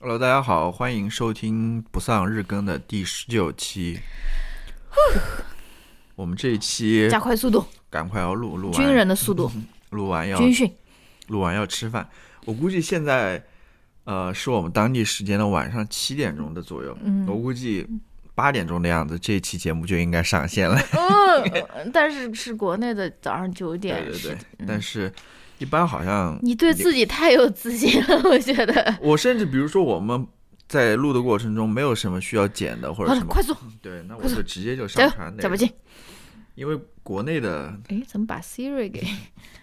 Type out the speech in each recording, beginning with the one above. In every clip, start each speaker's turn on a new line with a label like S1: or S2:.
S1: Hello，大家好，欢迎收听不丧日更的第十九期。我们这一期
S2: 加快速度，
S1: 赶快要录录完，
S2: 军人的速度，
S1: 录完要
S2: 军训。
S1: 录完要吃饭。我估计现在，呃，是我们当地时间的晚上七点钟的左右。
S2: 嗯
S1: 我估计八点钟的样子，这一期节目就应该上线了。
S2: 嗯，但是是国内的早上九点。
S1: 对对
S2: 是
S1: 对
S2: 的，嗯
S1: 但是一般好像
S2: 你对自己太有自信了，我觉得。
S1: 我甚至比如说我们在录的过程中没有什么需要剪的或
S2: 好
S1: 者
S2: 了，
S1: 什么，
S2: 哦快速，
S1: 对，那我
S2: 快速
S1: 就直接就
S2: 加
S1: 上
S2: 油
S1: 传，那
S2: 加把
S1: 个。
S2: 劲。
S1: 因为国内的
S2: 哎，怎么把 Siri 给？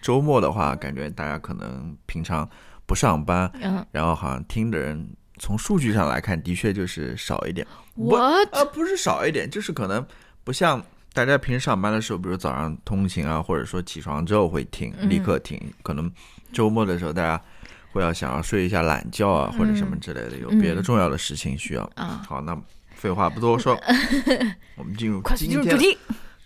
S1: 周末的话，感觉大家可能平常不上班，
S2: 嗯，
S1: 然后好像听的人从数据上来看，的确就是少一点。不
S2: 我
S1: 呃，不是少一点，就是可能不像大家平时上班的时候，比如早上通勤啊，或者说起床之后会听，
S2: 嗯
S1: 立刻听。可能周末的时候，大家会要想要睡一下懒觉啊，或者什么之类的，有别的
S2: 嗯
S1: 重要的事情需要。
S2: 啊，
S1: 好，那废话不多 说，我们进入
S2: 快
S1: 嗯
S2: 速
S1: 今
S2: 进入
S1: 天
S2: 主题。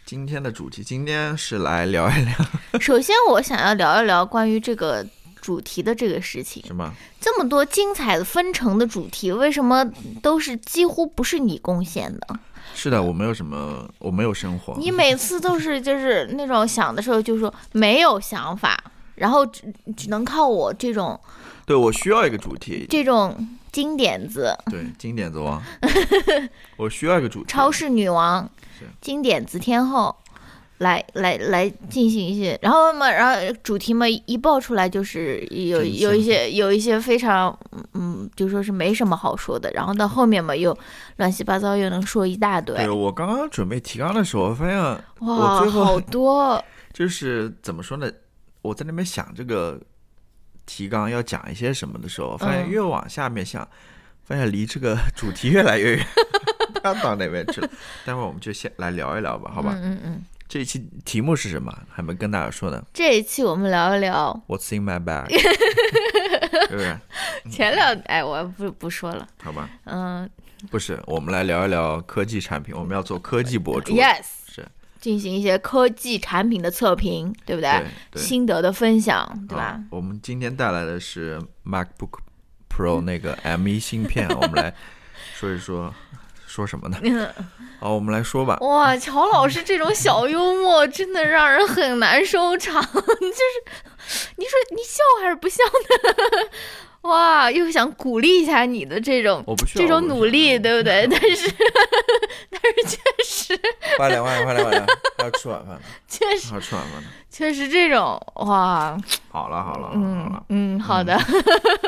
S1: 今天的主题，今天是来聊一聊
S2: 首先，我想要聊一聊关于这个主题的这个事情。
S1: 什么？
S2: 这么多精彩的纷呈的主题，为什么都是几乎不是你贡献的？
S1: 是的，我没有什么，我没有生活。
S2: 你每次都是就是那种想的时候就说没有想法，然后只只能靠我这种
S1: 对我需要一个主题，
S2: 这种金点子，
S1: 对经典之 王，我需要一个主题。
S2: 超市女王
S1: 是、
S2: 金点子天后，来来来进行一些，然后嘛，然后主题嘛一爆出来就是有
S1: 真
S2: 有
S1: 相
S2: 一些有一些非常嗯，就说是没什么好说的，然后到后面嘛又乱七八糟又能说一大堆，
S1: 对我刚刚准备提纲的时候，我发现我
S2: 哇，
S1: 最后
S2: 好多，
S1: 就是怎么说呢？我在那边想这个提纲要讲一些什么的时候，发现
S2: 嗯
S1: 越往下面想，发现离这个主题越来越远， 要到那边去了。待会儿我们就先来聊一聊吧， 好吧？
S2: 嗯嗯嗯，
S1: 这一期题目是什么？还没跟大家说呢。
S2: 这一期我们聊一聊
S1: What's in my bag？对不对？嗯
S2: 前两，哎，我不不说了，
S1: 好吧，
S2: 嗯
S1: 不是，我们来聊一聊科技产品。我们要做科技博主
S2: ，yes，
S1: 是
S2: 进行一些科技产品的测评，对不对？
S1: 对对。
S2: 心得的分享，对
S1: 啊
S2: 吧？
S1: 我们今天带来的是 MacBook Pro 那个 M1 芯片，我们来说一说，说什么呢？
S2: 嗯
S1: 好，我们来说吧。
S2: 哇，乔老师这种小幽 默真的让人很难收场， 就是你说你笑还是不笑呢？ 哇，又想鼓励一下你的这种
S1: 我不需要
S2: 这种努力，
S1: 我不需要
S2: 对不对？ 但是但是确实
S1: 快点，快点，快点，快点， 还要吃晚饭了，
S2: 确实
S1: 还要吃晚饭了。
S2: 确实这种哇，
S1: 好了，好了，好嗯
S2: 嗯
S1: 了，
S2: 嗯，好的，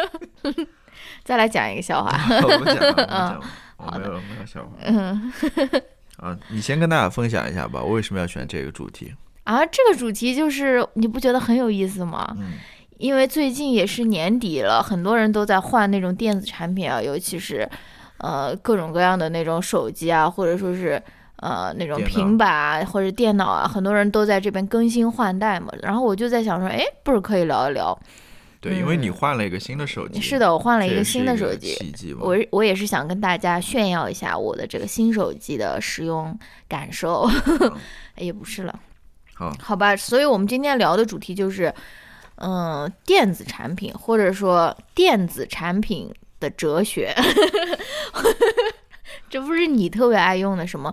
S2: 再来讲一个笑话，
S1: 我不讲了，我不讲了，我 没有没有笑话。
S2: 嗯
S1: 啊，你先跟大家分享一下吧，为什么要选这个主题？
S2: 啊，这个主题就是你不觉得很有意思吗？
S1: 嗯，
S2: 因为最近也是年底了，很多人都在换那种电子产品啊，尤其是，呃，各种各样的那种手机啊，或者说是呃那种
S1: 电脑
S2: 平板啊，或者电脑啊，很多人都在这边更新换代嘛。然后我就在想说，哎，不是可以聊一聊？
S1: 对，因为你换了一个新的手机，
S2: 嗯是，的，我
S1: 换
S2: 换了一个新的手机，
S1: 契机嘛。
S2: 我我也是想跟大家炫耀一下我的这个新手机的使用感受， 也不是了，
S1: 嗯好，
S2: 好吧。所以我们今天聊的主题就是，嗯、电子产品或者说电子产品的哲学， 这不是你特别爱用的什么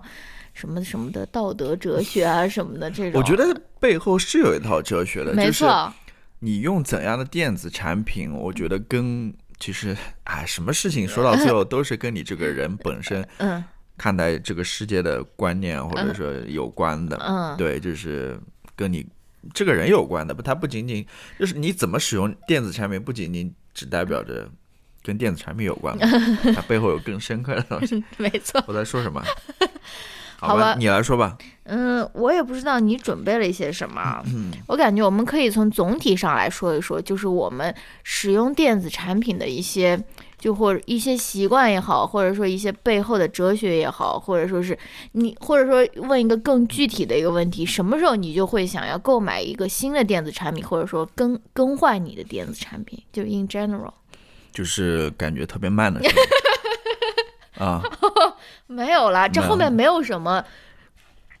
S2: 什么什么的道德哲学啊什么的这种，
S1: 我觉得背后是有一套哲学的，
S2: 没
S1: 就是
S2: 错。
S1: 你用怎样的电子产品，我觉得跟其实哎，什么事情说
S2: 啊
S1: 到 最后都是跟你这个人本身
S2: 嗯
S1: 看待这个世界的观念，或者说有关的。
S2: 嗯，
S1: 对，就是跟你这个人有关的，不，它不仅仅就是你怎么使用电子产品，不仅仅只代表着跟电子产品有关嘛， 它背后有更深刻的东西。
S2: 没错。
S1: 我在说 什么？
S2: 好
S1: 吧
S2: 吧，
S1: 你来说吧。
S2: 嗯，我也不知道你准备了一些什么。啊
S1: 嗯
S2: 我感觉我们可以从总体上来说一说，就是我们使用电子产品的一些，就或者一些习惯也好，或者说一些背后的哲学也好，或者说是你，或者说问一个更具体的一个问题，什么时候你就会想要购买一个新的电子产品，或者说更更换你的电子产品？就 in general，
S1: 就是感觉特别慢的时 候啊，
S2: 没有啦，这
S1: 没有
S2: 后面没有什么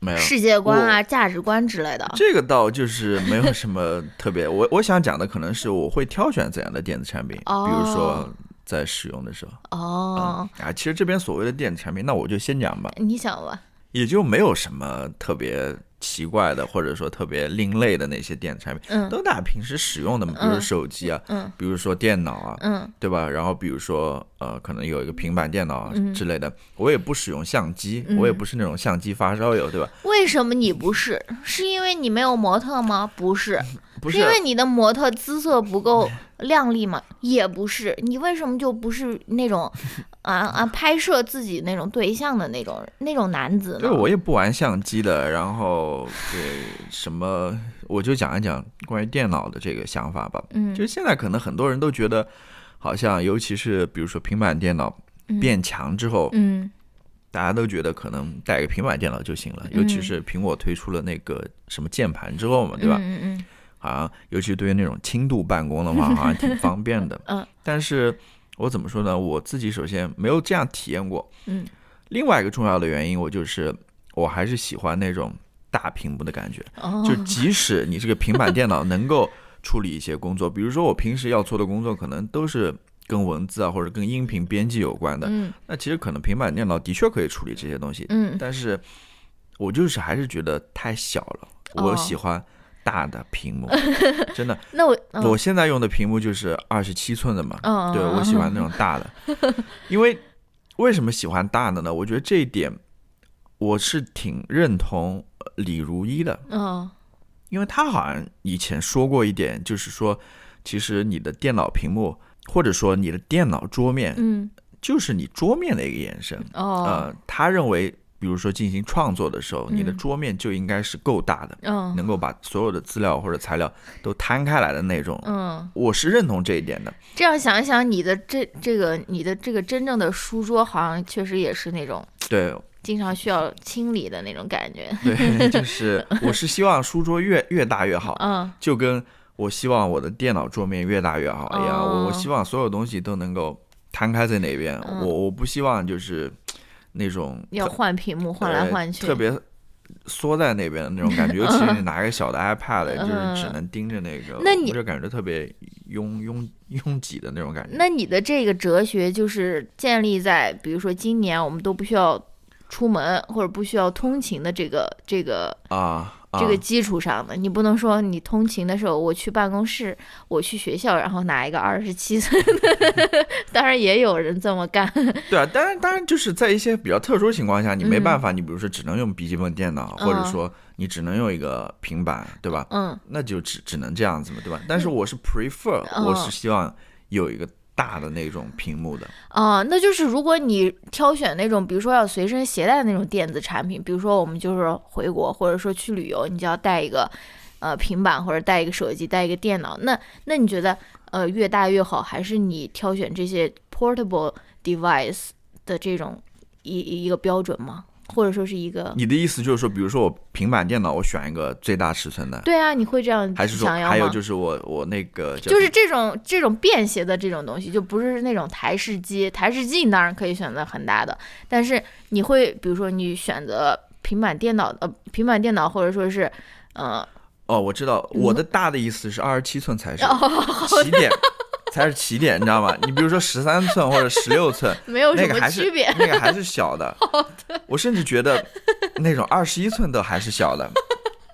S1: 没有。
S2: 世界观啊、价值观之类的。
S1: 这个倒就是没有什么特别，我我想讲的可能是我会挑选怎样的电子产品，
S2: 哦
S1: 比如说在使用的时候。
S2: 哦，
S1: 啊，其实这边所谓的电子产品，那我就先讲吧，
S2: 你想吧，
S1: 也就没有什么特别奇怪的，或者说特别另类的那些电子产品，
S2: 嗯
S1: 都大家平时使用的嘛，比如说手机啊，
S2: 嗯
S1: 比如说电脑啊，
S2: 嗯
S1: 对吧？然后比如说呃，可能有一个平板电脑啊
S2: 嗯
S1: 之类的，我也不使用相机，
S2: 嗯
S1: 我也不是那种相机发烧友，对吧？
S2: 为什么你不是？是因为你没有模特吗？不是，
S1: 不
S2: 是因为你的模特姿色不够靓丽吗？也不是，你为什么就不是 那种啊啊拍摄自己那种对象的那种那种男子
S1: 对，
S2: 呢？
S1: 我也不玩相机的。然后对什么，我就讲一讲关于电脑的这个想法吧。
S2: 嗯
S1: 就是现在可能很多人都觉得，好像尤其是比如说平板电脑
S2: 嗯
S1: 变强之后，
S2: 嗯
S1: 大家都觉得可能带个平板电脑就行了。尤
S2: 嗯
S1: 其是苹果推出了那个什么键盘之后嘛，对吧？
S2: 嗯嗯
S1: 好像啊尤其对于那种轻度办公的话，好像挺方便的。
S2: 嗯，
S1: 但是我怎么说呢？我自己首先没有这样体验过。
S2: 嗯，
S1: 另外一个重要的原因，我就是我还是喜欢那种大屏幕的感觉。
S2: 嗯，哦
S1: 就即使你这个平板电脑能够处理一些工作，比如说我平时要做的工作，可能都是跟文字啊或者跟音频编辑有关的。
S2: 嗯
S1: 那其实可能平板电脑的确可以处理这些东西，
S2: 嗯
S1: 但是我就是还是觉得太小了，
S2: 哦
S1: 我喜欢大的屏 幕，真的。
S2: 那我嗯
S1: 我现在用的屏幕就是二十七寸的嘛，
S2: 嗯
S1: 对我喜欢那种大的， 因为为什么喜欢大的呢？我觉得这一点我是挺认同呃李如一的，
S2: 嗯
S1: 因为他好像以前说过一点，就是说，其实你的电脑屏幕或者说你的电脑桌面
S2: 嗯
S1: 就是你桌面的一个延伸，
S2: 哦
S1: 呃，他认为，比如说进行创作的时候，你的
S2: 嗯
S1: 桌面就应该是够大的，
S2: 嗯
S1: 能够把所有的资料或者材料都摊开来的那种。
S2: 嗯，
S1: 我是认同这一点的，
S2: 这样想一想，你的这这个你的这个真正的书桌好像确实也是那种
S1: 对
S2: 经常需要清理的那种感觉。
S1: 对，就是我是希望书桌越越大越好，
S2: 嗯
S1: 就跟我希望我的电脑桌面越大越好一样，我
S2: 哦
S1: 我希望所有东西都能够摊开在那边，
S2: 嗯
S1: 我我不希望就是那种
S2: 要
S1: 特
S2: 换屏幕，换来
S1: 呃
S2: 换去，
S1: 特别缩在那边的那种感觉， 尤其是你拿个小的 iPad，就是只
S2: 嗯
S1: 能盯着那个，
S2: 那你
S1: 我就感觉特别拥拥拥挤的那种感觉。
S2: 那你的这个哲学就是建立在，比如说今年我们都不需要出门或者不需要通勤的这个这个
S1: 啊，啊
S2: 这个基础上的。你不能说你通勤的时候我去办公室，我去学校，然后拿一个二十七寸的， 当然也有人这么干。
S1: 对啊，当然当然就是在一些比较特殊情况下，你没
S2: 嗯
S1: 办法，你比如说只能用笔记本电脑，
S2: 嗯
S1: 或者说你只能用一个平板，对吧？
S2: 嗯
S1: 那就只只能这样子嘛，对吧？但是我是 prefer，、
S2: 嗯
S1: 我是希望有一个大的那种屏幕的，
S2: 啊、那就是如果你挑选那种，比如说要随身携带的那种电子产品，比如说我们就是回国或者说去旅游，你就要带一个呃平板或者带一个手机、带一个电脑。那那你觉得呃越大越好，还是你挑选这些 portable device 的这种一一个标准吗？或者说是一个？
S1: 你的意思就是说，比如说我平板电脑，我选一个最大尺寸的，
S2: 对啊，你会这样
S1: 还是说
S2: 想要吗？
S1: 还有就是我我那个叫
S2: 就是这种这种便携的这种东西，就不是那种台式机。台式机你当然可以选择很大的，但是你会比如说你选择平板电脑，呃，平板电脑或者说是，呃，
S1: 哦，我知道，
S2: 嗯
S1: 我的大的意思是二十七寸才是、
S2: 哦，
S1: 起点，才是起点，你知道吗？你比如说十三寸或者十六寸，
S2: 没有什
S1: 那个
S2: 么
S1: 还
S2: 区
S1: 是哎
S2: 别。
S1: 那个还是小 的。我甚至觉得那种二十一寸的还是小的。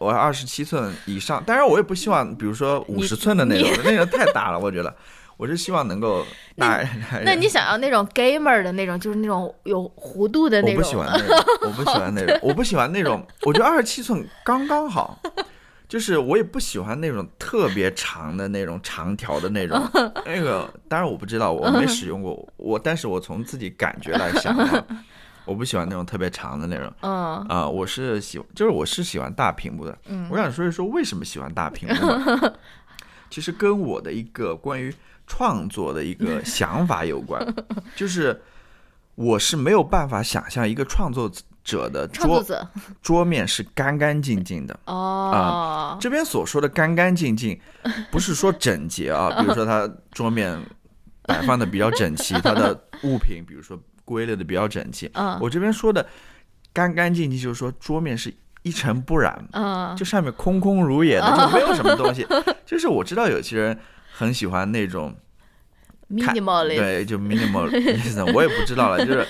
S1: 我二十七寸以上，当然我也不希望，比如说五十寸的那种，那种太大了，我觉得。我是希望能够大一 点
S2: 那你想要那种 gamer 的那种，就是那种有弧度的
S1: 我
S2: 那
S1: 不喜
S2: 种
S1: 欢，那种，我不喜欢那 种，我不喜欢那种，我觉得二十七寸刚刚好，就是我也不喜欢那种特别长的那种长条的 那种，那个当然我不知道，我没使用过，我但是我从自己感觉来想的 话，我不喜欢那种特别长的那种。
S2: 嗯
S1: 啊、我是喜，就是我是喜欢大屏幕的。
S2: 嗯
S1: 我想说一说为什么喜欢大屏幕嘛。 其实跟我的一个关于创作的一个想法有 关，就是我是没有办法想象一个创作者的
S2: 创作
S1: 桌
S2: 者
S1: 桌面是干干净净的。
S2: 哦，
S1: 啊这边所说的干干净 净，不是说整洁啊，比如说它桌面摆放的比较整齐，它的物品比如说归类的比较整齐，
S2: 嗯
S1: 我这边说的干干净净，就是说桌面是一尘不染，
S2: 嗯
S1: 就上面空空 如也的，就没有什么东西。就是我知道有些人很喜欢那种看
S2: minimalist，
S1: 对，就 minimalism，我也不知道了。就是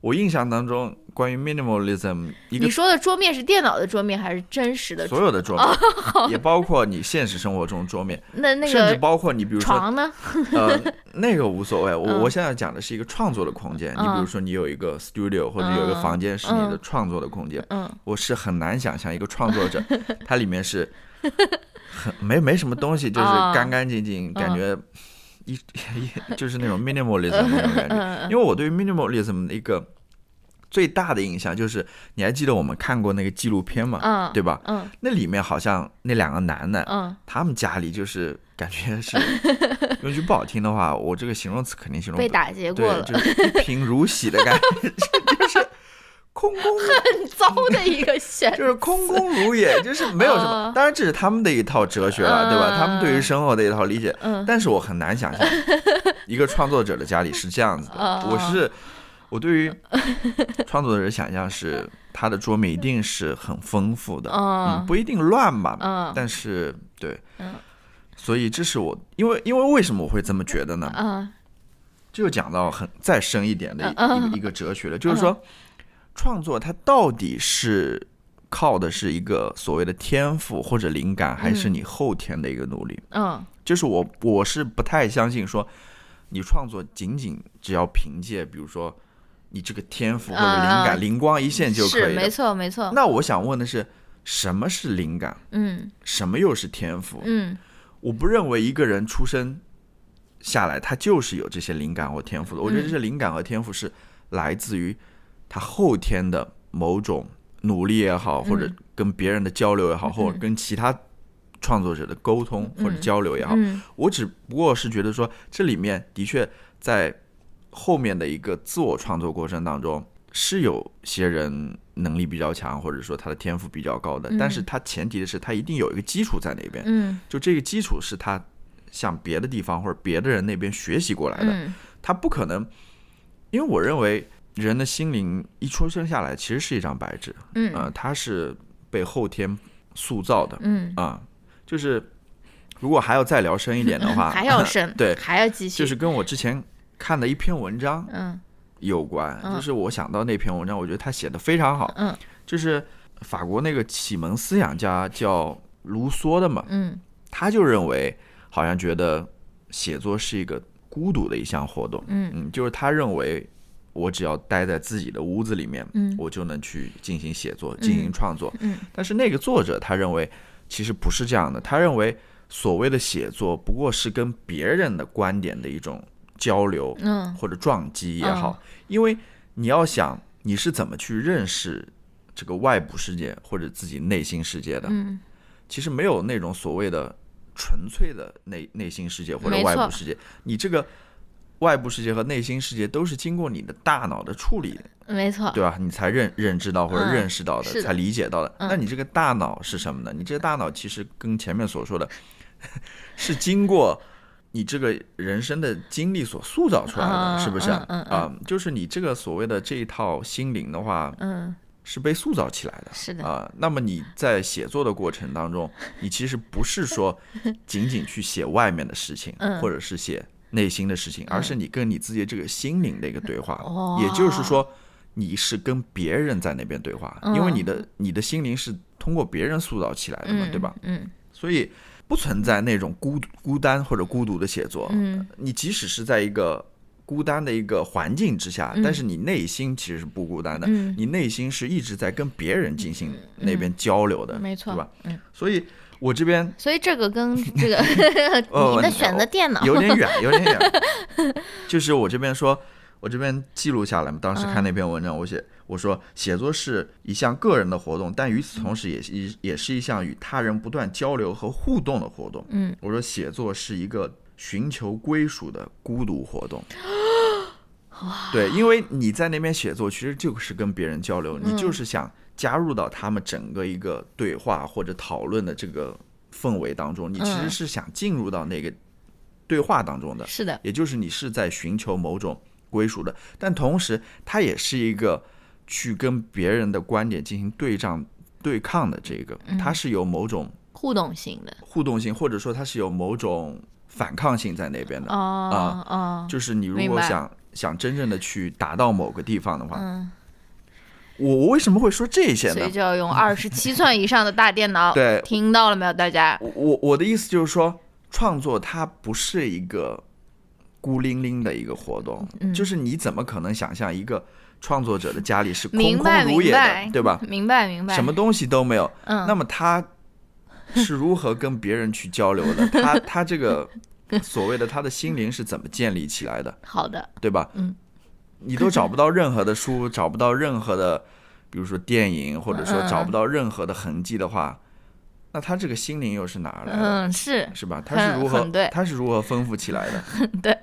S1: 我印象当中，关于 minimalism，一个
S2: 你说的桌面是电脑的桌面还是真实的桌？
S1: 所有的桌面，也包括你现实生活中桌面，
S2: 那那
S1: 甚至
S2: 个
S1: 包括你比如说
S2: 床呢？
S1: 呃，那个无所 谓。我、
S2: 嗯
S1: 我现在讲的是一个创作的空间。你比如
S2: 嗯
S1: 说，你有一个 studio 或者有一个
S2: 嗯
S1: 房间是你的
S2: 嗯
S1: 创作的空间，
S2: 嗯，
S1: 我是很难想象一个创 作者，他里面是很没没什么东西，就是
S2: 啊
S1: 干干净净，感
S2: 嗯
S1: 觉一一就是那种 minimalism 那种感
S2: 嗯
S1: 觉。因为我对于 minimalism 的一个最大的印象就是，你还记得我们看过那个纪录片吗？
S2: 嗯
S1: 啊对吧？
S2: 嗯
S1: 那里面好像那两个男的，
S2: 嗯，
S1: 他们家里 就是感觉是，用句不好听的话，我这个形容词肯定形容
S2: 被
S1: 不
S2: 打劫过
S1: 对，
S2: 了，
S1: 就是一贫如洗的感觉， 就是空空如
S2: 很 糟的一个选
S1: 就是空空如也，就是没有什么
S2: 啊。
S1: 当然，这是他们的一套哲学了，对吧？
S2: 嗯
S1: 他们对于生活的一套理解。
S2: 嗯
S1: 但是我很难想象一个创作者的家里是这样子的
S2: 啊。
S1: 我是我对 于创作者的想象是，他的桌面一定是很丰富的， 嗯，
S2: 嗯
S1: 不一定乱吧，
S2: 嗯
S1: 但是对
S2: 嗯，
S1: 所以这是我因为因为为什么我会这么觉得呢？
S2: 嗯
S1: 这就讲到很再深一点的一
S2: 嗯
S1: 一个一个哲学了，就是说，创作它到底是靠的是一个所谓的天赋或者灵感，还是你后天的一个努力？
S2: 嗯
S1: 就是我我是不太相信说，你创作仅仅只要凭借，比如说你这个天赋或者灵
S2: 嗯
S1: 感
S2: 嗯
S1: 灵光一现就可
S2: 是
S1: 以
S2: 没
S1: 了。
S2: 错没错，
S1: 那我想问的是，什么是灵感？
S2: 嗯
S1: 什么又是天赋？
S2: 嗯
S1: 我不认为一个人出生下来他就是有这些灵感或天赋的。我觉得这些灵感和天赋是来自于他后天的某种努力也好，或者跟别人的交流也好，或者跟其他创作者的沟通或者交流也好。
S2: 嗯
S1: 我只不过是觉得说，这里面的确在后面的一个自我创作过程当中，是有些人能力比较强，或者说他的天赋比较高的，但是他前提的是他一定有一个基础在那边。
S2: 嗯
S1: 就这个基础是他向别的地方或者别的人那边学习过来的，
S2: 嗯
S1: 他不可能，因为我认为人的心灵一出生下来其实是一张白纸，
S2: 嗯
S1: 呃，它是被后天塑造的
S2: 嗯，
S1: 啊、就是如果还要再聊深一点的话，
S2: 还要深，
S1: 对
S2: 还要继续，
S1: 就是跟我之前看的一篇文章
S2: 嗯
S1: 有关，
S2: 嗯
S1: 就是我想到那篇文章，我觉得他写的非常好，
S2: 嗯
S1: 就是法国那个启蒙思想家叫卢梭的嘛，
S2: 嗯
S1: 他就认为，好像觉得写作是一个孤独的一项活动。
S2: 嗯
S1: 就是他认为，我只要待在自己的屋子里面，
S2: 嗯
S1: 我就能去进行写作、进行创作。
S2: 嗯
S1: 但是那个作者他认为，其实不是这样的。他认为，所谓的写作不过是跟别人的观点的一种交流
S2: 嗯
S1: 或者撞击也好，因为你要想你是怎么去认识这个外部世界或者自己内心世界的。
S2: 嗯
S1: 其实没有那种所谓的纯粹的内内心世界或者
S2: 没
S1: 外
S2: 错
S1: 部世界，你这个外部世界和内心世界都是经过你的大脑的处理，
S2: 没错，
S1: 对吧？你才认认知到或者
S2: 嗯
S1: 认识到的，
S2: 是的
S1: 才理解到的。
S2: 嗯
S1: 那你这个大脑是什么呢？你这个大脑其实跟前面所说的， 是经过。你这个人生的经历所塑造出来的，
S2: 嗯
S1: 是不是啊、
S2: 嗯嗯嗯
S1: 啊就是你这个所谓的这一套心灵的话，
S2: 嗯
S1: 是被塑造起来的。
S2: 是的，
S1: 啊、那么你在写作的过程当 中，你其实不是说仅仅去写外面的事情，
S2: 嗯
S1: 或者是写内心的事情，而是你跟你自己这个心灵的一个对话。
S2: 哦
S1: 也就是说，你是跟别人在那边对话，
S2: 嗯
S1: 因为你的你的心灵是通过别人塑造起来的嘛，
S2: 嗯
S1: 对吧？？
S2: 嗯
S1: 所以不存在那种孤孤单或者孤独的写作。
S2: 嗯
S1: 你即使是在一个孤单的一个环境之下，
S2: 嗯
S1: 但是你内心其实是不孤单的，
S2: 嗯
S1: 你内心是一直在跟别人进行那边交流的，
S2: 没错
S1: 对吧？
S2: 嗯，
S1: 所以我这边
S2: 所以这个跟这个
S1: 哦
S2: 你的选择电脑，
S1: 有点远，有点远， 就是我这边说。我这边记录下来嘛，当
S2: 嗯
S1: 时看那篇文章，我写我说写作是一项个人的活动，但与此同
S2: 嗯
S1: 时也是一也是一项与他人不断交流和互动的活动。
S2: 嗯，
S1: 我说写作是一个寻求归属的孤独活动。对，因为你在那边写作，其实就是跟别人交流，
S2: 嗯
S1: 你就是想加入到他们整个一个对话或者讨论的这个氛围当中，你其实
S2: 嗯
S1: 是想进入到那个对话当中的，
S2: 是的，
S1: 也就是你是在寻求某种归属的，但同时它也是一个去跟别人的观点进行对仗、对
S2: 嗯
S1: 抗的这个，它是有某种
S2: 互动型的，
S1: 互动性，或者说它是有某种反抗性在那边的。
S2: 哦哦，
S1: 啊就是你如
S2: 明
S1: 果
S2: 白
S1: 想想真正的去达到某个地方的话，
S2: 嗯，
S1: 我我为什么会说这些
S2: 所
S1: 呢
S2: 以？就要用二十七寸以上的大电 脑。
S1: 对
S2: 听到了没有，大家？
S1: 我我我的意思就是说，创作它不是一个孤零零的一个活动，
S2: 嗯
S1: 就是你怎么可能想象一个创作者的家里是空
S2: 明白
S1: 空如也
S2: 明白
S1: 的，对吧？
S2: 明白明白。
S1: 什么？东西都没有，
S2: 嗯，
S1: 那么他是如何跟别人去交流 的？他他这个所谓的他的心灵是怎么建立起来的，
S2: 好的，
S1: 对吧？
S2: 嗯，
S1: 你都找不到任何的书，找不到任何的，比如说电影，或者说
S2: 嗯嗯
S1: 找不到任何的痕迹的话，那他这个心灵又是哪儿来的？
S2: 嗯，是
S1: 是吧？他是如何
S2: 很对
S1: 他是如何丰富起来的？
S2: 对，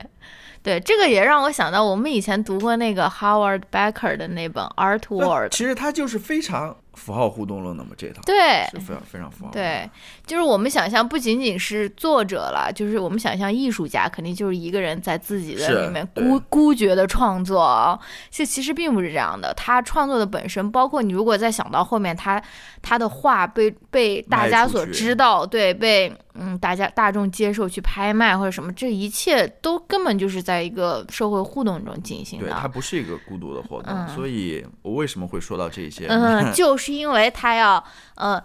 S2: 对，这个也让我想到我们以前读过那个 Howard Becker 的那本《Art
S1: 那
S2: World》。
S1: 其实他就是非常符号互动论的嘛，这一套
S2: 对，
S1: 是非常非常符号。，
S2: 对，就是我们想象不仅仅是作者了，就是我们想象艺术家肯定就是一个人在自己的
S1: 是
S2: 里面
S1: 对
S2: 孤孤绝的创作啊，这其实并不是这样的。他创作的本身，包括你如果再想到后面他他的画被被大
S1: 卖
S2: 家
S1: 出
S2: 所
S1: 去
S2: 知道，对，被嗯大家大众接受去拍卖或者什么，这一切都根本就是在一个社会互动中进行
S1: 对，
S2: 的
S1: 它。不是一个孤独的活动，
S2: 嗯
S1: 所以我为什么会说到这些？
S2: 嗯，就是因为他要呃，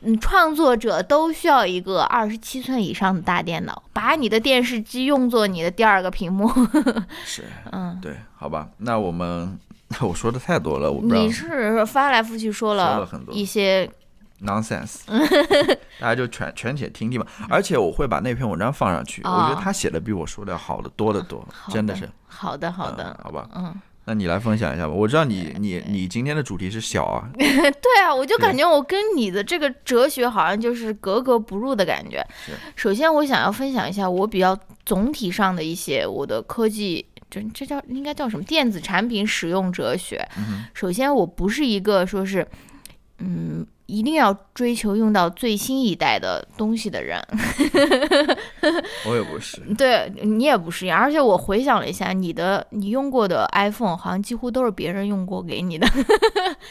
S2: 嗯，创作者都需要一个二十七寸以上的大电脑，把你的电视机用作你的第二个屏幕。
S1: 是，
S2: 嗯，
S1: 对，好吧，那我们我说的太多了，我不知道
S2: 你是翻来覆去
S1: 说
S2: 说
S1: 了
S2: 了
S1: 很多
S2: 一些
S1: nonsense，大家就全全且听听吧。而且我会把那篇文章放上去，我觉得
S2: 哦
S1: 他写的比我说的要好的多得多，
S2: 好
S1: 真的
S2: 的
S1: 是。
S2: 好的好
S1: 嗯
S2: 的，
S1: 好吧，
S2: 嗯，
S1: 那你来分享一下吧。我知道你你你今天的主题是小 啊，
S2: 对啊，我就
S1: 对
S2: 感觉我跟你的这个哲学好像就是格格不入的感觉
S1: 是。
S2: 首先，我想要分享一下我比较总体上的一些我的科技，这这叫应该叫什么电子产品使用哲学。首先，我不是一个说是，嗯，一定要追求用到最新一代的东西的人。
S1: 我也不是，
S2: 对你也不是一样，而且我回想了一下，你的你用过的 iPhone 好像几乎都是别人用过给你的。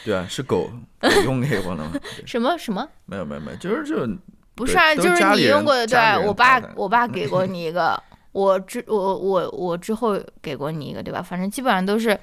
S1: 对啊，是狗狗用给我 的吗？对
S2: 什么什么？
S1: 没有没有没有，就是就
S2: 不
S1: 对
S2: 是啊，
S1: 都
S2: 就是是
S1: 家里
S2: 你
S1: 人
S2: 用过的，对啊
S1: 家里人
S2: 我爸
S1: 带的，
S2: 我爸给 过你一个，我之我我我之后给过你一个，对吧？反正基本上都是，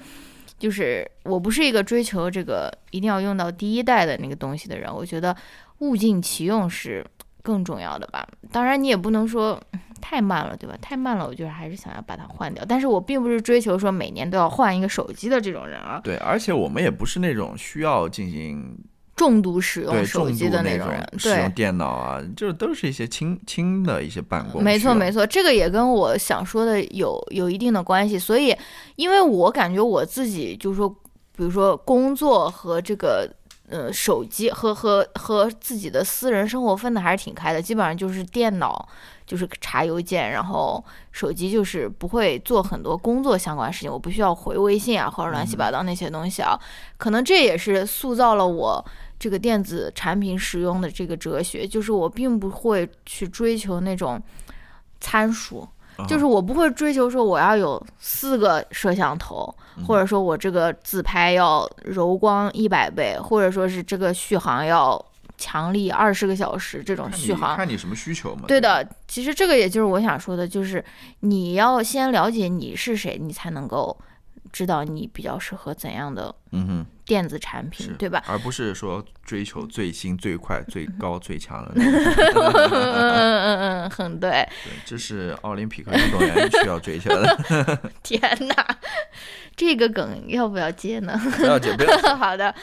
S2: 就是我不是一个追求这个一定要用到第一代的那个东西的人，我觉得物尽其用是更重要的吧。当然，你也不能说嗯太慢了，对吧？太慢了，我就是还是想要把它换掉。但是我并不是追求说每年都要换一个手机的这种人啊，
S1: 对，而且我们也不是那种需要进行
S2: 重度使用
S1: 对
S2: 手
S1: 重
S2: 机
S1: 度
S2: 的
S1: 那
S2: 种人，
S1: 使
S2: 对
S1: 用，电脑啊，就是都是一些轻轻的一些办公。
S2: 没错，没。错，这个也跟我想说的有有一定的关系。所以，因为我感觉我自己就是说，比如说工作和这个呃手机和和和自己的私人生活分的还是挺开的，基本上就是电脑就是查邮件，然后手机就是不会做很多工作相关的事情，我不需要回微信啊或者乱七八糟那些东西啊。可能这也是塑造了我这个电子产品使用的这个哲学，就是我并不会去追求那种参数，
S1: 嗯
S2: 就是我不会追求说我要有四个摄像头，或者说我这个自拍要柔光一百倍，或者说是这个续航要强力二十个小时这种
S1: 看你
S2: 续航。
S1: 看你什么需求嘛？
S2: 对的，其实这个也就是我想说的，就是你要先了解你是谁，你才能够知道你比较适合怎样的
S1: 嗯哼，
S2: 电子产
S1: 是
S2: 品，嗯对吧？
S1: 而不是说追求最新、最快、最高、最强的那种。
S2: 嗯嗯嗯嗯，很对。
S1: 对，这是奥林匹克运动员 需要追求的。
S2: 天哪，这个梗要不要接呢？
S1: 不要 紧，不要紧。
S2: 好的，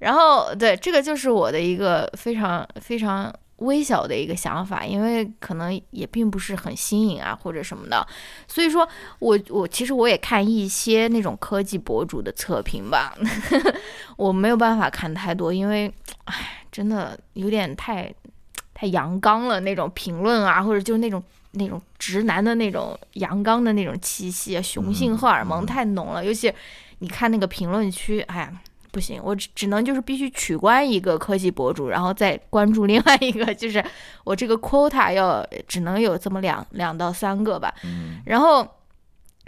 S2: 然后对这个就是我的一个非常非常微小的一个想法，因为可能也并不是很新颖啊或者什么的，所以说我我其实我也看一些那种科技博主的测评吧， 我没有办法看太多，因为唉真的有点太太阳刚了那种评论啊，或者就是那种。那种直男的那种阳刚的那种气息啊，雄性荷尔蒙太浓了，尤其你看那个评论区，哎呀，不行，我只只能就是必须取关一个科技博主，然后再关注另外一个，就是我这个 quota 要只能有这么两两到三个吧。
S1: 嗯，
S2: 然后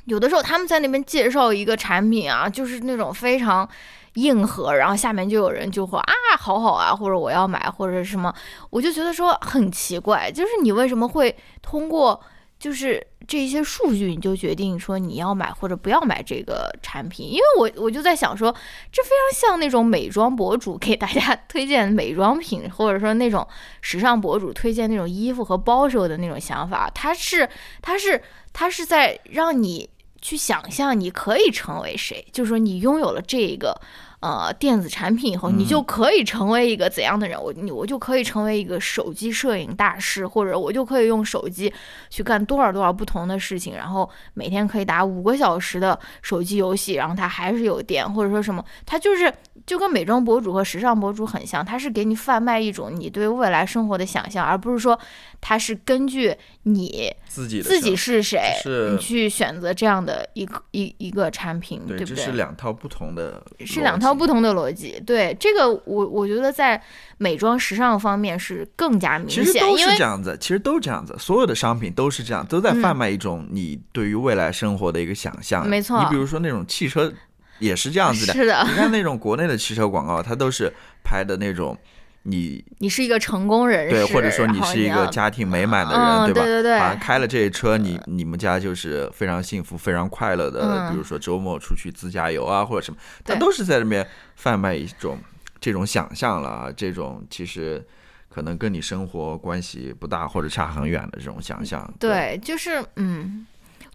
S2: 有的时候他们在那边介绍一个产品啊，就是那种非常硬核，然后下面就有人就会啊，好好啊，或者我要买，或者什么，我就觉得说很奇怪，就是你为什么会通过就是这些数据，你就决定说你要买或者不要买这个产品。因为我我就在想说，这非常像那种美妆博主给大家推荐美妆品，或者说那种时尚博主推荐那种衣服和包时候的那种想法。它是它是它是在让你去想象你可以成为谁，就是说你拥有了这个。呃，电子产品以后，你就可以成为一个怎样的人？我你我就可以成为一个手机摄影大师，或者我就可以用手机去干多少多少不同的事情，然后每天可以打五个小时的手机游戏，然后它还是有电，或者说什么，它就是就跟美妆博主和时尚博主很像，它是给你贩卖一种你对未来生活的想象，而不是说它是根据你
S1: 自己的
S2: 自
S1: 想
S2: 己是谁，
S1: 是
S2: 你去选择这样的一个一一个产品，
S1: 对，
S2: 不
S1: 这
S2: 对？
S1: 是两套不同的逻辑，
S2: 是两套不同的逻辑。对这个我，我觉得在美妆时尚方面是更加明
S1: 其实
S2: 显，
S1: 都
S2: 因
S1: 是
S2: 为嗯
S1: 这样子，其实都是这样子，所有的商品都是这样，都在贩卖一种你对于未来生活的一个想象。
S2: 没错
S1: 你比如说那种汽车也是这样子的，
S2: 是的，
S1: 你看那种国内的汽车广告，它都是拍的那种你
S2: 你是一个成功人士，
S1: 对，或者说
S2: 然
S1: 你
S2: 后
S1: 是一个
S2: 要
S1: 家庭美满的人，
S2: 嗯
S1: 对吧？
S2: 对对对
S1: 好像开了这车，你你们家就是非常幸福、非常快乐的。
S2: 嗯
S1: 比如说周末出去自驾游啊，或者什么，他
S2: 对
S1: 都是在那边贩卖一种这种想象了啊，这种其实可能跟你生活关系不大或者差很远的这种想象。
S2: 嗯对，就是嗯，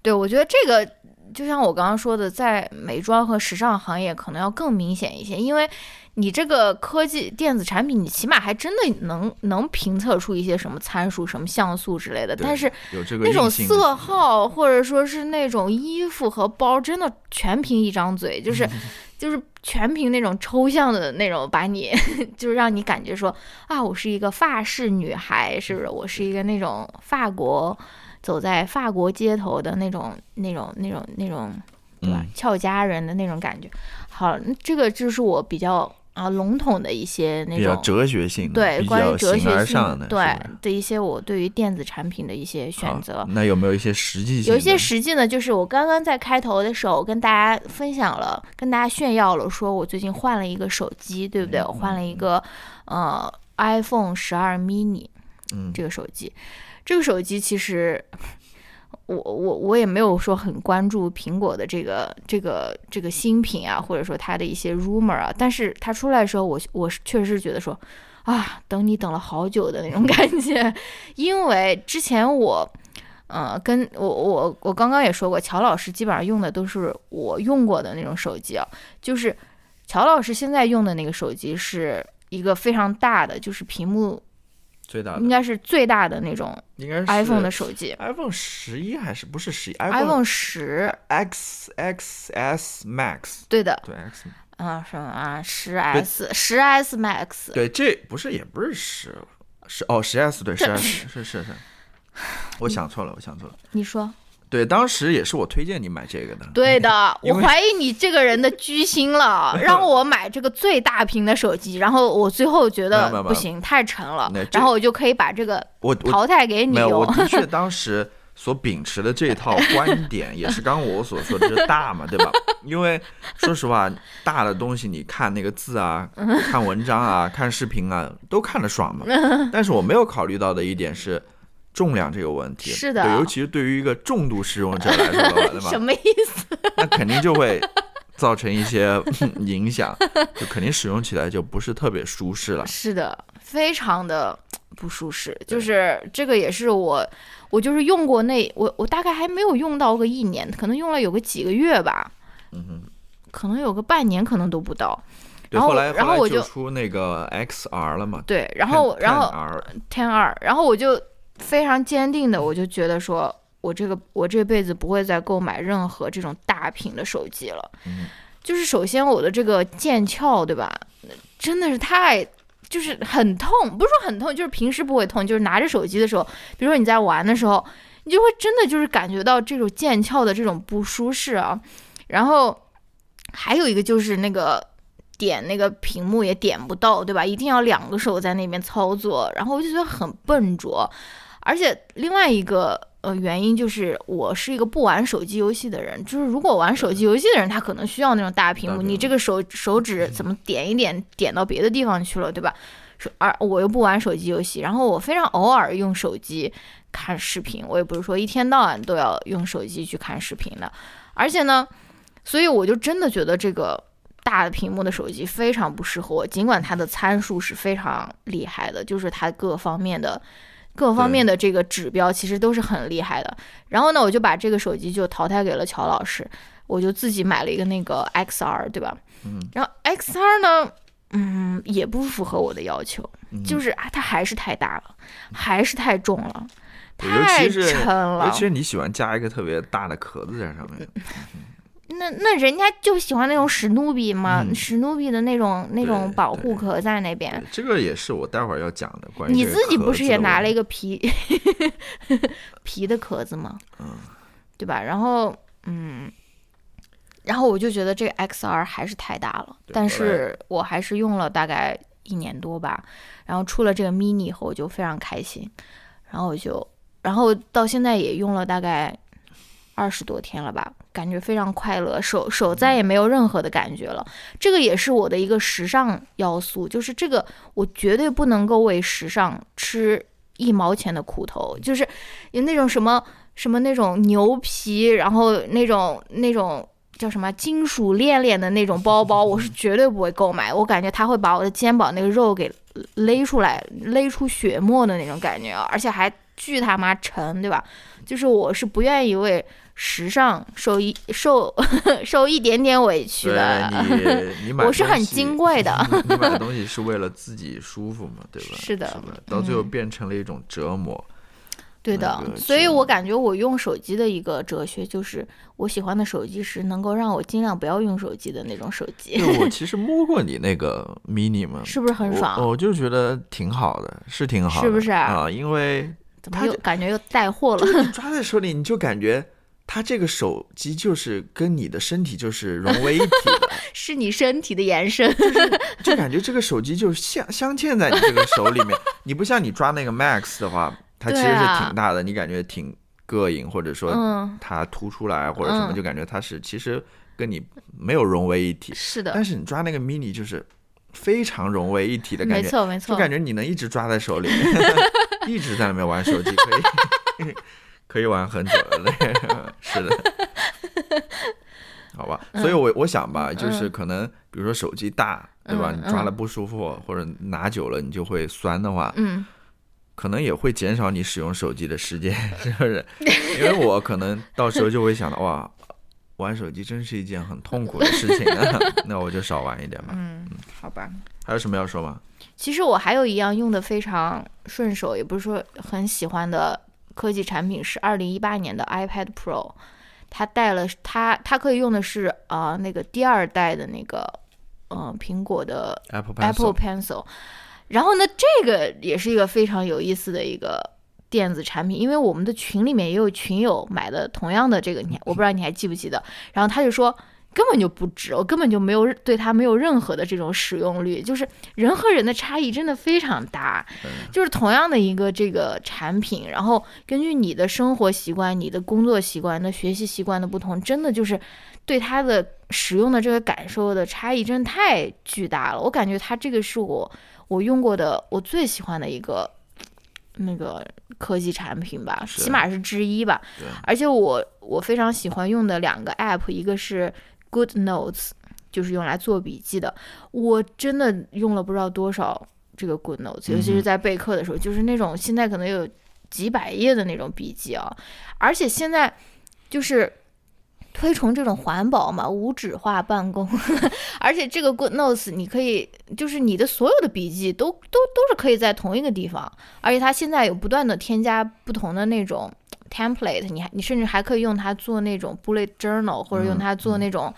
S2: 对，我觉得这个就像我刚刚说的，在美妆和时尚行业可能要更明显一些，因为你这个科技电子产品，你起码还真的能能评测出一些什么参数、什么像素之类的，
S1: 对，
S2: 但是
S1: 有这个
S2: 那种
S1: 硬性的
S2: 色号，或者说是那种衣服和包，真的全凭一张嘴，就是 就是全凭那种抽象的那种，把你 就是让你感觉说啊，我是一个法式女孩，是不是？我是一个那种法国走在法国街头的那种那种那种那种，对吧
S1: 嗯？
S2: 俏佳人的那种感觉。好，嗯这个就是我比较啊笼统的一些那
S1: 比较
S2: 种。
S1: 哲学性的，
S2: 对，
S1: 比
S2: 关
S1: 较
S2: 于哲
S1: 形
S2: 学
S1: 而
S2: 性
S1: 上的，
S2: 对
S1: 是不是
S2: 的一些我对于电子产品的一些选
S1: 好
S2: 择，
S1: 那有没有一些实际性的？
S2: 有一些实际呢，就是我刚刚在开头的时候跟大家分享了，跟大家炫耀了，说我最近换了一个手机，对不对？我换了一个呃 iPhone 十二 mini
S1: 嗯，
S2: 这个手机，这个手机其实。我我我也没有说很关注苹果的这个这个这个新品啊，或者说它的一些 rumor 啊，但是它出来的时候我，我是确实是觉得说，啊，等你等了好久的那种 感觉，因为之前我，呃，跟我我我刚刚也说过，乔老师基本上用的都是我用过的那种手机啊，就是乔老师现在用的那个手机是一个非常大的，就是屏幕
S1: 最大
S2: 应
S1: 的
S2: 该是最大的那种
S1: 应该是
S2: 嗯 iPhone 的手机
S1: iPhone 十一还是不是十一
S2: ，iPhone 十，
S1: X X S Max，
S2: 对的，
S1: 对 X，
S2: 啊什么啊十 S 十 S Max，
S1: 对，这不是也不是十，是哦十 S 对十
S2: 这
S1: S 是是是，我想错了，我想错了，
S2: 你说
S1: 对，当时也是我推荐你买这个的，
S2: 对的，
S1: 因
S2: 我
S1: 为
S2: 怀疑你这个人的居 心了，让我买这个最大屏的手机，然后我最后觉
S1: 没有没有
S2: 得
S1: 没有
S2: 不行，太沉了
S1: 那，这
S2: 然后我就可以把这个
S1: 我我
S2: 淘汰哎给你
S1: 没有，我
S2: 用。
S1: 的 确当时所秉持的这套观点，也是刚刚我所说的，就是大嘛，对 吧？因为说实话，大的东西你看那个字啊，
S2: 嗯
S1: 看文章啊，看视频啊，都看得爽嘛。
S2: 嗯
S1: 但是我没有考虑到的一点是。重量这个问题，
S2: 是的
S1: 对，尤其是对于一个重度使用者来说的话，对吧？
S2: 什么意思？
S1: 那肯定就会造成一些 影响，就肯定使用起来就不是特别舒适了。
S2: 是的，非常的不舒适，就是这个也是我，我就是用过那我我大概还没有用到个一年，可能用了有个几个月吧，可能有个半年，可能都不到。
S1: 对，
S2: 然后
S1: 后来
S2: 然后
S1: 后
S2: 我
S1: 来就
S2: 就
S1: 出那个 XR 了嘛，
S2: 对，然后然后
S1: 10R
S2: Ten 二，然后我就非常坚定的，我就觉得说，我这个我这辈子不会再购买任何这种大屏的手机了。
S1: 嗯
S2: 就是首先我的这个腱鞘，对吧，真的是太。就是很痛，不是说很痛，就是平时不会痛，就是拿着手机的时候，比如说你在玩的时候，你就会真的就是感觉到这种腱鞘的这种不舒适啊。然后还有一个就是那个点那个屏幕也点不到，对吧？一定要两个手在那边操作，然后我就觉得很笨拙。而且另外一个呃原因就是，我是一个不玩手机游戏的人，就是如果玩手机游戏的人，他可能需要那种大屏
S1: 大
S2: 幕，
S1: 屏幕
S2: 你这个手手指怎么点一点点到别的地方去了，对吧？说而我又不玩手机游戏，然后我非常偶尔用手机看视频，我也不是说一天到晚都要用手机去看视频的。而且呢，所以我就真的觉得这个大的屏幕的手机非常不适合我，尽管它的参数是非常厉害的，就是它各方面的。各方面的这个指标其实都是很厉害的。然后呢，我就把这个手机就淘汰给了乔老师，我就自己买了一个那个 XR，对吧？
S1: 嗯。
S2: 然后 XR 呢，嗯，也不符合我的要求，
S1: 嗯
S2: 就是啊，它还是太大了，还是太重了，
S1: 对尤
S2: 太
S1: 其是
S2: 沉了
S1: 尤其。是你喜欢加一个特别大的壳子在上面，
S2: 那那人家就喜欢那种史努比嘛，
S1: 嗯
S2: 史努比的那种那种
S1: 对
S2: 保护
S1: 对
S2: 壳在那边
S1: 对。这个也是我待会儿要讲的。关于
S2: 你
S1: 这个
S2: 自己
S1: 壳
S2: 不是
S1: 子
S2: 也
S1: 的
S2: 拿
S1: 问
S2: 了一
S1: 题
S2: 个皮 皮的壳子吗？
S1: 嗯，
S2: 对吧？然后嗯，然后我就觉得这个 XR 还是太大了，
S1: 对
S2: 但
S1: 我
S2: 是我还是用了大概一年多吧。然后出了这个 mini 以后，我就非常开心，然后我就，然后到现在也用了大概二十多天了吧，感觉非常快乐，手手再也没有任何的感觉了。这个也是我的一个时尚要素，就是这个我绝对不能够为时尚吃一毛钱的苦头，就是有那种什么什么那种牛皮，然后那种那种。叫什么金属链链的那种包包，我是绝对不会购买。我感觉它会把我的肩膀那个肉给勒出来、勒出血沫的那种感觉啊，而且还巨他妈沉，对吧？就是我是不愿意为时尚受一受 受一点点委屈的，
S1: 对 你你买
S2: 我是
S1: 东
S2: 很
S1: 西
S2: 金贵的。
S1: 你买的东西是为了自己舒服嘛，对吧？
S2: 是的嗯
S1: 吧到最后变成了一种折 磨。
S2: 对
S1: 那
S2: 的，
S1: 个
S2: 所以
S1: 是
S2: 我感觉我用手机的一个哲学就是，我喜欢的手机是能够让我尽量不要用手机的那种手机，
S1: 因为我其实摸过你那个 mini 嘛，
S2: 是不是很
S1: 我哦
S2: 爽？
S1: 我就觉得挺好的，是挺好的，
S2: 是不是
S1: 啊？因为
S2: 怎么
S1: 它
S2: 又
S1: 就
S2: 感觉又带货 了？
S1: 就是你抓在手里，你就感觉它这个手机就是跟你的身体就是融为一体的，
S2: 是你身体的延伸，
S1: 就感觉这个手机就镶镶嵌在你这个手里面。你不像你抓那个 Max 的话，它其
S2: 对
S1: 实是
S2: 啊
S1: 挺大的，你感觉挺膈应，或者说
S2: 嗯，
S1: 它凸出来或者什么，
S2: 嗯
S1: 就感觉它是其实跟你没有融为一体。
S2: 是的
S1: 但，是你抓那个 mini 就是非常融为一体的感
S2: 没
S1: 觉，
S2: 错没
S1: 就
S2: 错，
S1: 感觉你能一直抓在 手里，一直在那边玩手机，可以 可以玩很久了。对，是的， 好吧。所以
S2: 嗯
S1: 我我想吧，就是可能比如说手机大，对吧？
S2: 嗯
S1: 你抓了不舒服，或者拿久了你就会酸的话，
S2: 嗯，
S1: 可能也会减少你使用手机的时间， 是不 是？因为我可能到时候就会想到，哇，玩手机真是一件很痛苦的事情啊， 那我就少玩一点吧。
S2: 嗯，好吧。
S1: 还有什么要说吗？
S2: 其实我还有一样用的非常顺手，也不是说很喜欢的科技产品是二零一八年的 iPad Pro，它带了它它可以用的是啊、呃那个第二代的那个嗯、呃苹果的
S1: Apple Pencil
S2: Apple Pencil。然后呢，这个也是一个非常有意思的一个电子产品，因为我们的群里面也有群友买的同样的这个，你我不知道你还记不记得？然后他就说根本就不值，我根本就没有对它没有任何的这种使用率，就是人和人的差异真的非常大。就是同样的一个这个产品，然后根据你的生活习惯、你的工作习惯、你的学习习惯的不同，真的就是对它的使用的这个感受的差异真的太巨大了。我感觉它这个是我我用过的我最喜欢的一个那个科技产品吧，
S1: 是
S2: 起码是之一吧
S1: 对。
S2: 而且我我非常喜欢用的两个 app，一个是 Good Notes，就是用来做笔记的。我真的用了不知道多少这个 Good Notes，尤其
S1: 嗯
S2: 是
S1: 哼
S2: 在备课的时候，就是那种现在可能有几百页的那种笔记啊，而且现在就是。推崇这种环保嘛，无纸化办公，而且这个 Good Notes 你可以，就是你的所有的笔记都都都是可以在同一个地方，而且它现在有不断的添加不同的那种 template，你还你甚至还可以用它做那种 bullet journal，或者用
S1: 嗯
S2: 它做那种、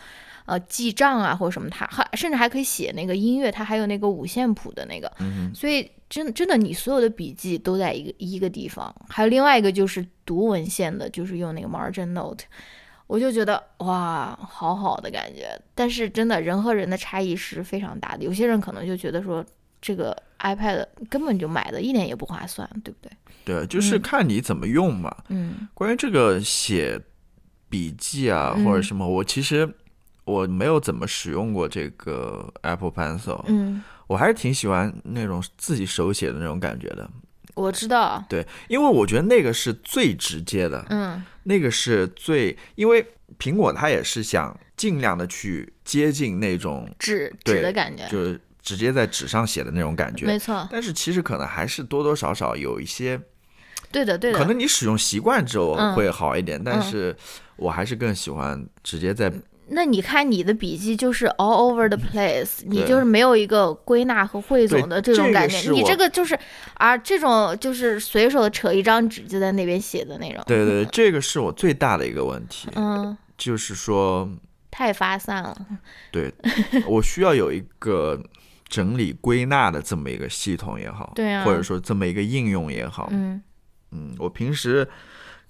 S2: 呃记账啊或者什么它，还甚至还可以写那个音乐，它还有那个五线谱的那个，
S1: 嗯
S2: 所以真真的你所有的笔记都在一个一个地方。还有另外一个就是读文献的，就是用那个 margin note。我就觉得哇，好好的感觉，但是真的人和人的差异是非常大的。有些人可能就觉得说，这个 iPad 根本就买的一点也不划算，对不对？
S1: 哼，对，就是
S2: 嗯
S1: 看你怎么用嘛。
S2: 嗯
S1: 关于这个写笔记啊
S2: 嗯
S1: 或者什么，我其实我没有怎么使用过这个 Apple Pencil，、
S2: 嗯
S1: 我还是挺喜欢那种自己手写的那种感觉的。
S2: 我知道，
S1: 对，因为我觉得那个是最直接的，
S2: 嗯
S1: 那个是最，因为苹果它也是想尽量的去接近那种
S2: 纸
S1: 对
S2: 纸的感觉，
S1: 就是直接在纸上写的那种感觉
S2: 没，错，
S1: 但是其实可能还是多多少少有一些，
S2: 对的对
S1: 可
S2: 的，
S1: 能你使用习惯之后
S2: 嗯
S1: 会好一点，但
S2: 嗯
S1: 是我还是更喜欢直接在
S2: 那你看你的笔记就是 all over the place，你
S1: 对
S2: 就是没有一个归纳和汇总的
S1: 对
S2: 种
S1: 这个
S2: 感觉，
S1: 是
S2: 你
S1: 我
S2: 这个就是啊，这种就是随手扯一张纸就在那边写的那种，
S1: 对对，对，这个是我最大的一个问题，
S2: 嗯，
S1: 就是说，
S2: 太发散了，
S1: 对我需要有一个整理归纳的这么一个系统也好，
S2: 对啊
S1: 或者说这么一个应用也好，
S2: 嗯
S1: 嗯，我平时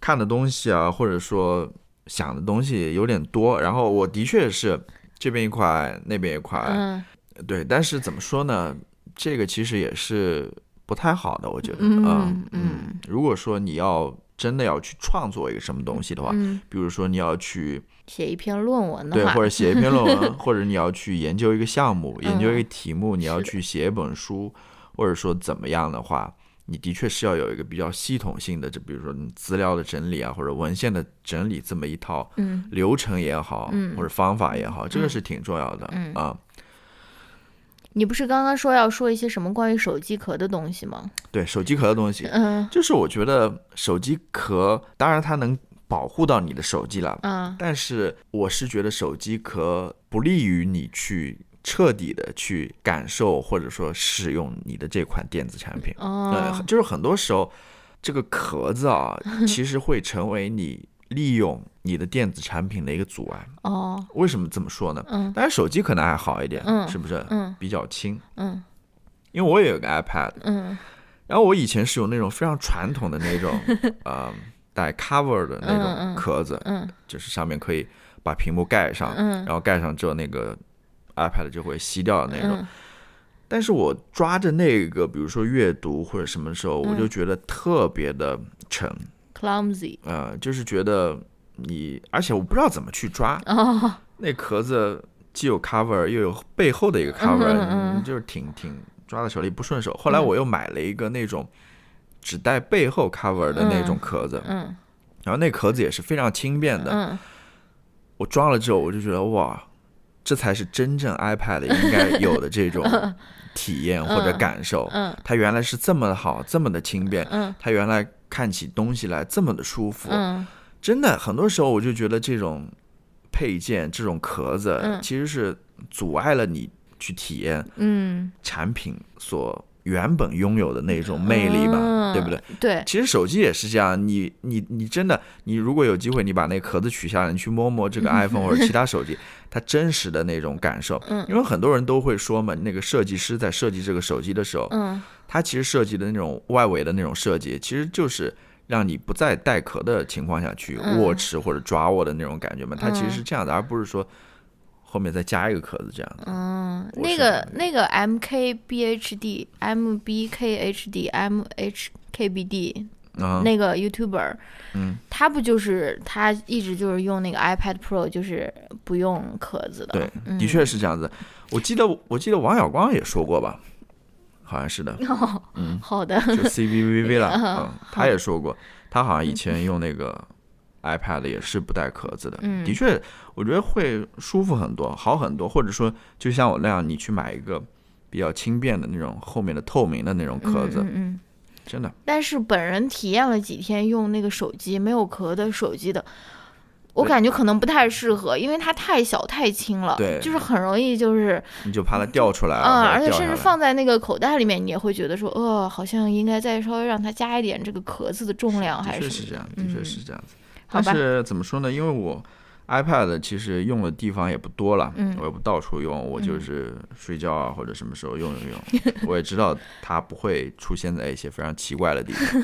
S1: 看的东西啊，或者说想的东西有点多，然后我的确是这边一块，那边一块，
S2: 嗯
S1: 对，但是怎么说呢？这个其实也是不太好的，我觉得，
S2: 嗯
S1: 嗯
S2: 嗯
S1: 如果说你要真的要去创作一个什么东西的话，
S2: 嗯，
S1: 比如说你要去。
S2: 写一篇论文
S1: 对
S2: 的，话
S1: 或，者写一篇论 文，或者你要去研究一个项目，研究一个题目，你要
S2: 嗯是的
S1: 去写一本书，或者说怎么样的话，你的确是要有一个比较系统性的，就比如说你资料的整理啊，或者文献的整理这么一套
S2: 嗯
S1: 流程也好，
S2: 嗯
S1: 或者方法也好，这个
S2: 嗯
S1: 是挺重要的、
S2: 嗯
S1: 啊。
S2: 你不是刚刚说要说一些什么关于手机壳的东西吗？
S1: 对，手机壳的东 西，
S2: 嗯
S1: 就是我觉得手机壳，当然它能保护到你的手机了，
S2: 嗯
S1: 但是我是觉得手机壳不利于你去彻底的去感受或者说使用你的这款电子产品。呃
S2: 哦，，
S1: 就是很多时候这个壳子 啊，其实会成为你利用你的电子产品的一个阻碍。
S2: 哦，
S1: 为什么这么说呢？
S2: 嗯
S1: 当然手机可能还好一点，
S2: 嗯
S1: 是不是？
S2: 嗯
S1: 比较轻。
S2: 嗯
S1: 因为我也有个 iPad，
S2: 嗯
S1: 然后我以前是有那种非常传统的那种， 呃，带 cover 的那
S2: 嗯嗯
S1: 种壳子，
S2: 嗯
S1: 就是上面可以把屏幕盖上，
S2: 嗯
S1: 然后盖上之后那个 iPad 就会吸掉的那种。
S2: 嗯
S1: 但是我抓着那个，比如说阅读或者什么时候，
S2: 嗯
S1: 我就觉得特别的沉，
S2: ，clumsy，
S1: 呃，就是觉得你，而且我不知道怎么去抓
S2: 哦，
S1: 那壳子，既有 cover 又有背后的一个 cover，、
S2: 嗯嗯嗯
S1: 就是挺挺抓在手里不顺手。后来我又买了一个那种只带背后 cover 的那种壳子，
S2: 嗯
S1: 然后那壳子也是非常轻便的，
S2: 嗯，
S1: 我装了之后，我就觉得哇，这才是真正 iPad 应该有的 这种体验或者感受。
S2: 嗯
S1: 它原来是这么的好，这么的轻便，
S2: 嗯
S1: 它原来看起东西来这么的舒服。
S2: 嗯
S1: 真的，很多时候我就觉得这种配件、这种壳子，
S2: 嗯
S1: 其实是阻碍了你去体验
S2: 嗯，
S1: 产品所原本拥有的那种魅力吧，
S2: 啊
S1: 对不对？？
S2: 对，
S1: 其实手机也是这样，你你你真的，你如果有机会，你把那壳子取下来，你去摸摸 这个 iPhone 或者其他手机，它真实的那种感受。
S2: 嗯
S1: 因为很多人都会说嘛，那个设计师在设计这个手机的时候，
S2: 嗯
S1: 他其实设计的那种外围的那种设计，其实就是让你不在带壳的情况下去
S2: 嗯
S1: 握持或者抓握的那种感觉嘛。它其实是这样的，而不是说后面再加一个壳子这样的。
S2: 嗯，
S1: 我
S2: 那
S1: 是
S2: 个那个 MKBHD、MBKHD、MHKBD
S1: 嗯，
S2: 那个 YouTuber，
S1: 嗯，
S2: 他不就是他一直就是用那个 iPad Pro，就是不用壳子的。
S1: 对，的确是这样子。我记得我记得王小光也说过吧，好像是的。
S2: 哦，
S1: 嗯
S2: 好的，
S1: 就 CVVV 了，
S2: 嗯
S1: 嗯，他也说过，他好像以前用那个 iPad 也是不带壳子的，
S2: 嗯
S1: 的确，我觉得会舒服很多，好很多，或者说就像我那样，你去买一个比较轻便的那种后面的透明的那种壳子，
S2: 嗯嗯嗯。
S1: 真的，
S2: 但是本人体验了几天用那个手机没有壳的手机的，我
S1: 对
S2: 感觉可能不太适合，因为它太小太轻了，
S1: 对
S2: 就是很容易就是
S1: 你就怕它掉出来
S2: 啊、
S1: 啊，
S2: 而
S1: 或者掉
S2: 且甚
S1: 下
S2: 至
S1: 来。
S2: 放在那个口袋里面，你也会觉得说，呃，好像应该再稍微让它加一点这个壳子的重量，
S1: 的
S2: 还
S1: 确
S2: 什
S1: 是
S2: 么
S1: 这样，的
S2: 嗯
S1: 确是这样子。
S2: 好
S1: 但
S2: 吧，
S1: 是怎么说呢？因为我 iPad 其实用的地方也不多了，
S2: 嗯
S1: 我也不到处用，我就是睡觉啊、或者什么时候用用用。我也知道它不会出现在一些非常奇怪的地方，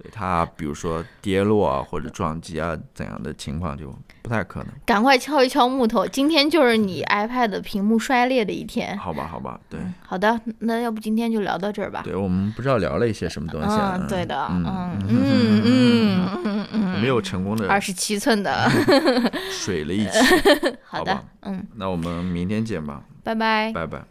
S1: 对它比如说跌落啊或者撞击啊怎样的情况就不太可能，
S2: 赶快敲一敲木头，今天就是你 iPad 的屏幕摔裂的一天。
S1: 好吧，好吧，对。
S2: 好的，那要不今天就聊到这儿吧。
S1: 对我们不知道聊了一些什么东西、啊，
S2: 嗯，对的，
S1: 嗯
S2: 嗯嗯嗯嗯嗯，
S1: 没有成功的
S2: 二十七寸的，
S1: 水了一期，
S2: 好
S1: 好
S2: 的
S1: 嗯吧，
S2: 嗯，
S1: 那我们明天见吧，
S2: 拜拜。
S1: 拜拜。